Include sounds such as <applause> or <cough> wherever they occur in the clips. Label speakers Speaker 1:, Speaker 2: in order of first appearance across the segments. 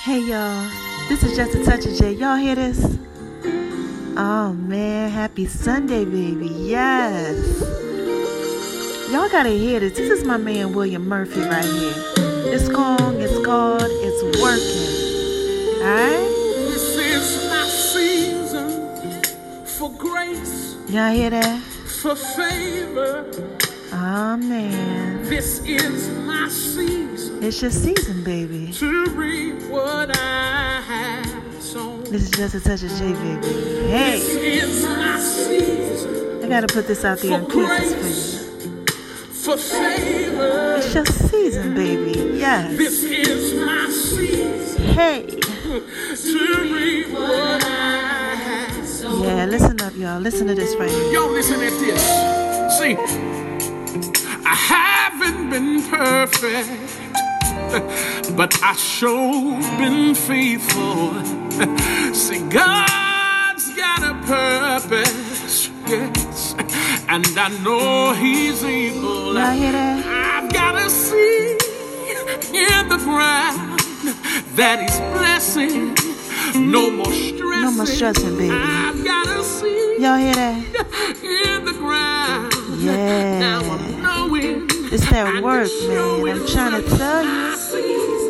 Speaker 1: Hey y'all, this is just a touch of J. Y'all hear this? Oh man, happy Sunday, baby. Yes. Y'all gotta hear this. This is my man William Murphy right here. It's called, it's called, it's working. Alright?
Speaker 2: This is my season for grace,
Speaker 1: Y'all hear that?
Speaker 2: for favor.
Speaker 1: Oh man.
Speaker 2: This is my season
Speaker 1: It's your season, baby.
Speaker 2: to reap what I have sown.
Speaker 1: This is just a touch of J, baby.
Speaker 2: This
Speaker 1: Hey,
Speaker 2: is my season
Speaker 1: I gotta put this out there
Speaker 2: for
Speaker 1: in pieces for you.
Speaker 2: grace, for favor.
Speaker 1: It's your season, baby. Yes.
Speaker 2: This is my season
Speaker 1: Hey.
Speaker 2: to reap what I have sown.
Speaker 1: Yeah, listen up, y'all. Listen to this right here.
Speaker 2: Y'all listen at this. See, I haven't been perfect, but I sure been faithful. See, God's got a purpose, yes, and I know He's able.
Speaker 1: Y'all hear that?
Speaker 2: I've got a seed in the ground that He's blessing. No more stressing.
Speaker 1: No more stressing, baby.
Speaker 2: I've got a seed
Speaker 1: Y'all hear that?
Speaker 2: in the ground.
Speaker 1: Yeah.
Speaker 2: Now I'm knowing.
Speaker 1: It's that
Speaker 2: I
Speaker 1: work,
Speaker 2: can
Speaker 1: man.
Speaker 2: show
Speaker 1: I'm
Speaker 2: it
Speaker 1: trying to tell you.
Speaker 2: I see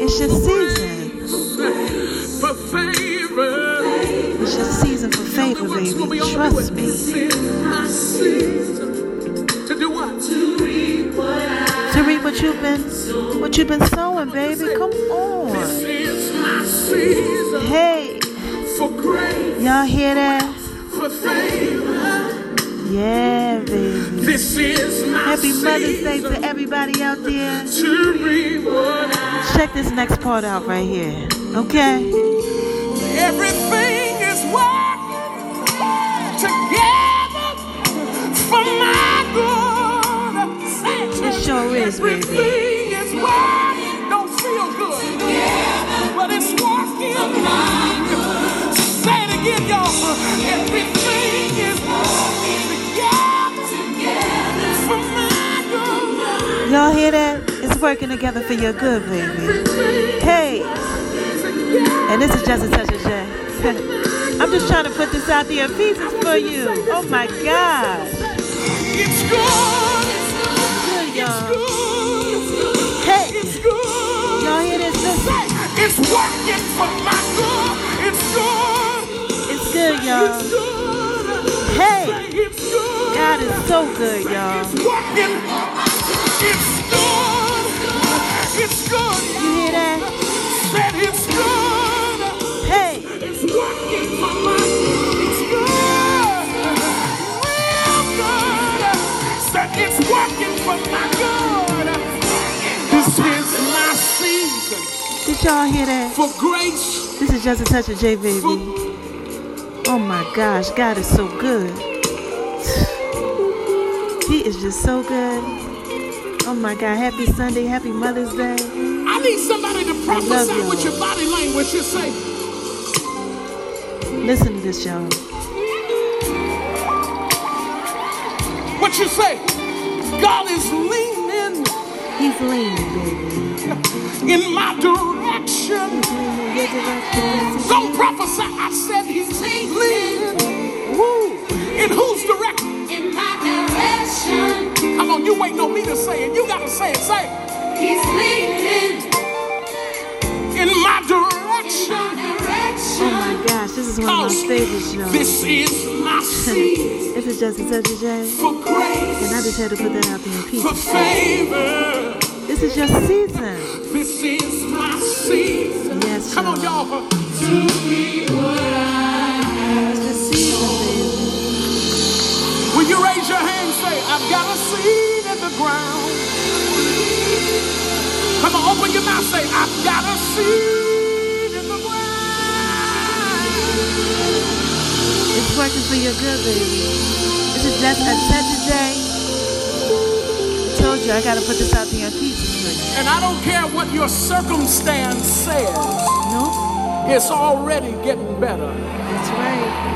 Speaker 1: It's your season.
Speaker 2: For favor.
Speaker 1: It's your season for
Speaker 2: The
Speaker 1: favor,
Speaker 2: works will
Speaker 1: baby.
Speaker 2: be all
Speaker 1: Trust
Speaker 2: good.
Speaker 1: me.
Speaker 2: This is my season To do what?
Speaker 1: To reap what you've been, what you've been sowing, baby. Come
Speaker 2: This
Speaker 1: on.
Speaker 2: is my season
Speaker 1: Hey,
Speaker 2: for grace,
Speaker 1: y'all hear that?
Speaker 2: for favor.
Speaker 1: Yeah, baby.
Speaker 2: This is my
Speaker 1: Happy Mother's Day
Speaker 2: season
Speaker 1: to everybody out there.
Speaker 2: to reward I-
Speaker 1: Check this next part out right here. Okay?
Speaker 2: Everything is working together for my good.
Speaker 1: It sure is, baby.
Speaker 2: Everything is working. Don't feel good, but it's working. Say it again, y'all. Everything is working together for my good.
Speaker 1: Y'all hear that? It's working together for your good, baby. Hey. And this is just a touch of J. <laughs> I'm just trying to put this out there in pieces for you. Oh my God.
Speaker 2: It's good.
Speaker 1: Good, y'all.
Speaker 2: Good.
Speaker 1: Hey,
Speaker 2: It's good.
Speaker 1: y'all hear this? Listen.
Speaker 2: It's working for my good. It's good.
Speaker 1: It's good,
Speaker 2: It's
Speaker 1: y'all.
Speaker 2: good.
Speaker 1: Hey,
Speaker 2: It's good.
Speaker 1: God is so good, y'all.
Speaker 2: It's working. It's good. It's good.
Speaker 1: You hear that?
Speaker 2: Said it's good.
Speaker 1: Hey,
Speaker 2: It's working for my good. It's good. Real good. Said it's working for my good. This is my season
Speaker 1: did y'all hear that?
Speaker 2: for grace.
Speaker 1: This is just a touch of J, baby.
Speaker 2: For
Speaker 1: Oh my gosh, God is so good. <sighs> He is just so good. Oh my God, happy Sunday, happy Mother's Day.
Speaker 2: I need somebody to
Speaker 1: love
Speaker 2: prophesy
Speaker 1: you.
Speaker 2: with your body language and say,
Speaker 1: Listen to this, y'all.
Speaker 2: what you say? God is leaning
Speaker 1: He's leaning, baby.
Speaker 2: in my direction.
Speaker 1: He's leaning in your direction.
Speaker 2: Don't prophesy. I said he's leaning. Woo. In whose direction?
Speaker 3: In my direction,
Speaker 2: Come on, you waiting on me to say it. You gotta say it. Say it.
Speaker 3: he's leaning.
Speaker 2: In my
Speaker 3: In
Speaker 2: direction.
Speaker 3: my
Speaker 1: Oh
Speaker 3: direction,
Speaker 1: my gosh, this is one of my favorites, y'all.
Speaker 2: This is my seed
Speaker 1: This is just a touch of J,
Speaker 2: for grace,
Speaker 1: and I just had to put that out there in
Speaker 2: for
Speaker 1: peace.
Speaker 2: favor.
Speaker 1: This is your season.
Speaker 2: This is my season.
Speaker 1: Yes,
Speaker 2: Come on,
Speaker 1: y'all.
Speaker 2: y'all.
Speaker 1: It's your season,
Speaker 2: When you raise your hand, say, I've got a seed in the ground. Come on, open your mouth, say, I've got a seed in the ground.
Speaker 1: baby. It's working for your good, baby. This is just a touch of J. I told you I gotta put this out there in pieces for
Speaker 2: And I don't care what your circumstance says,
Speaker 1: you. No,
Speaker 2: it's already getting better.
Speaker 1: that's right.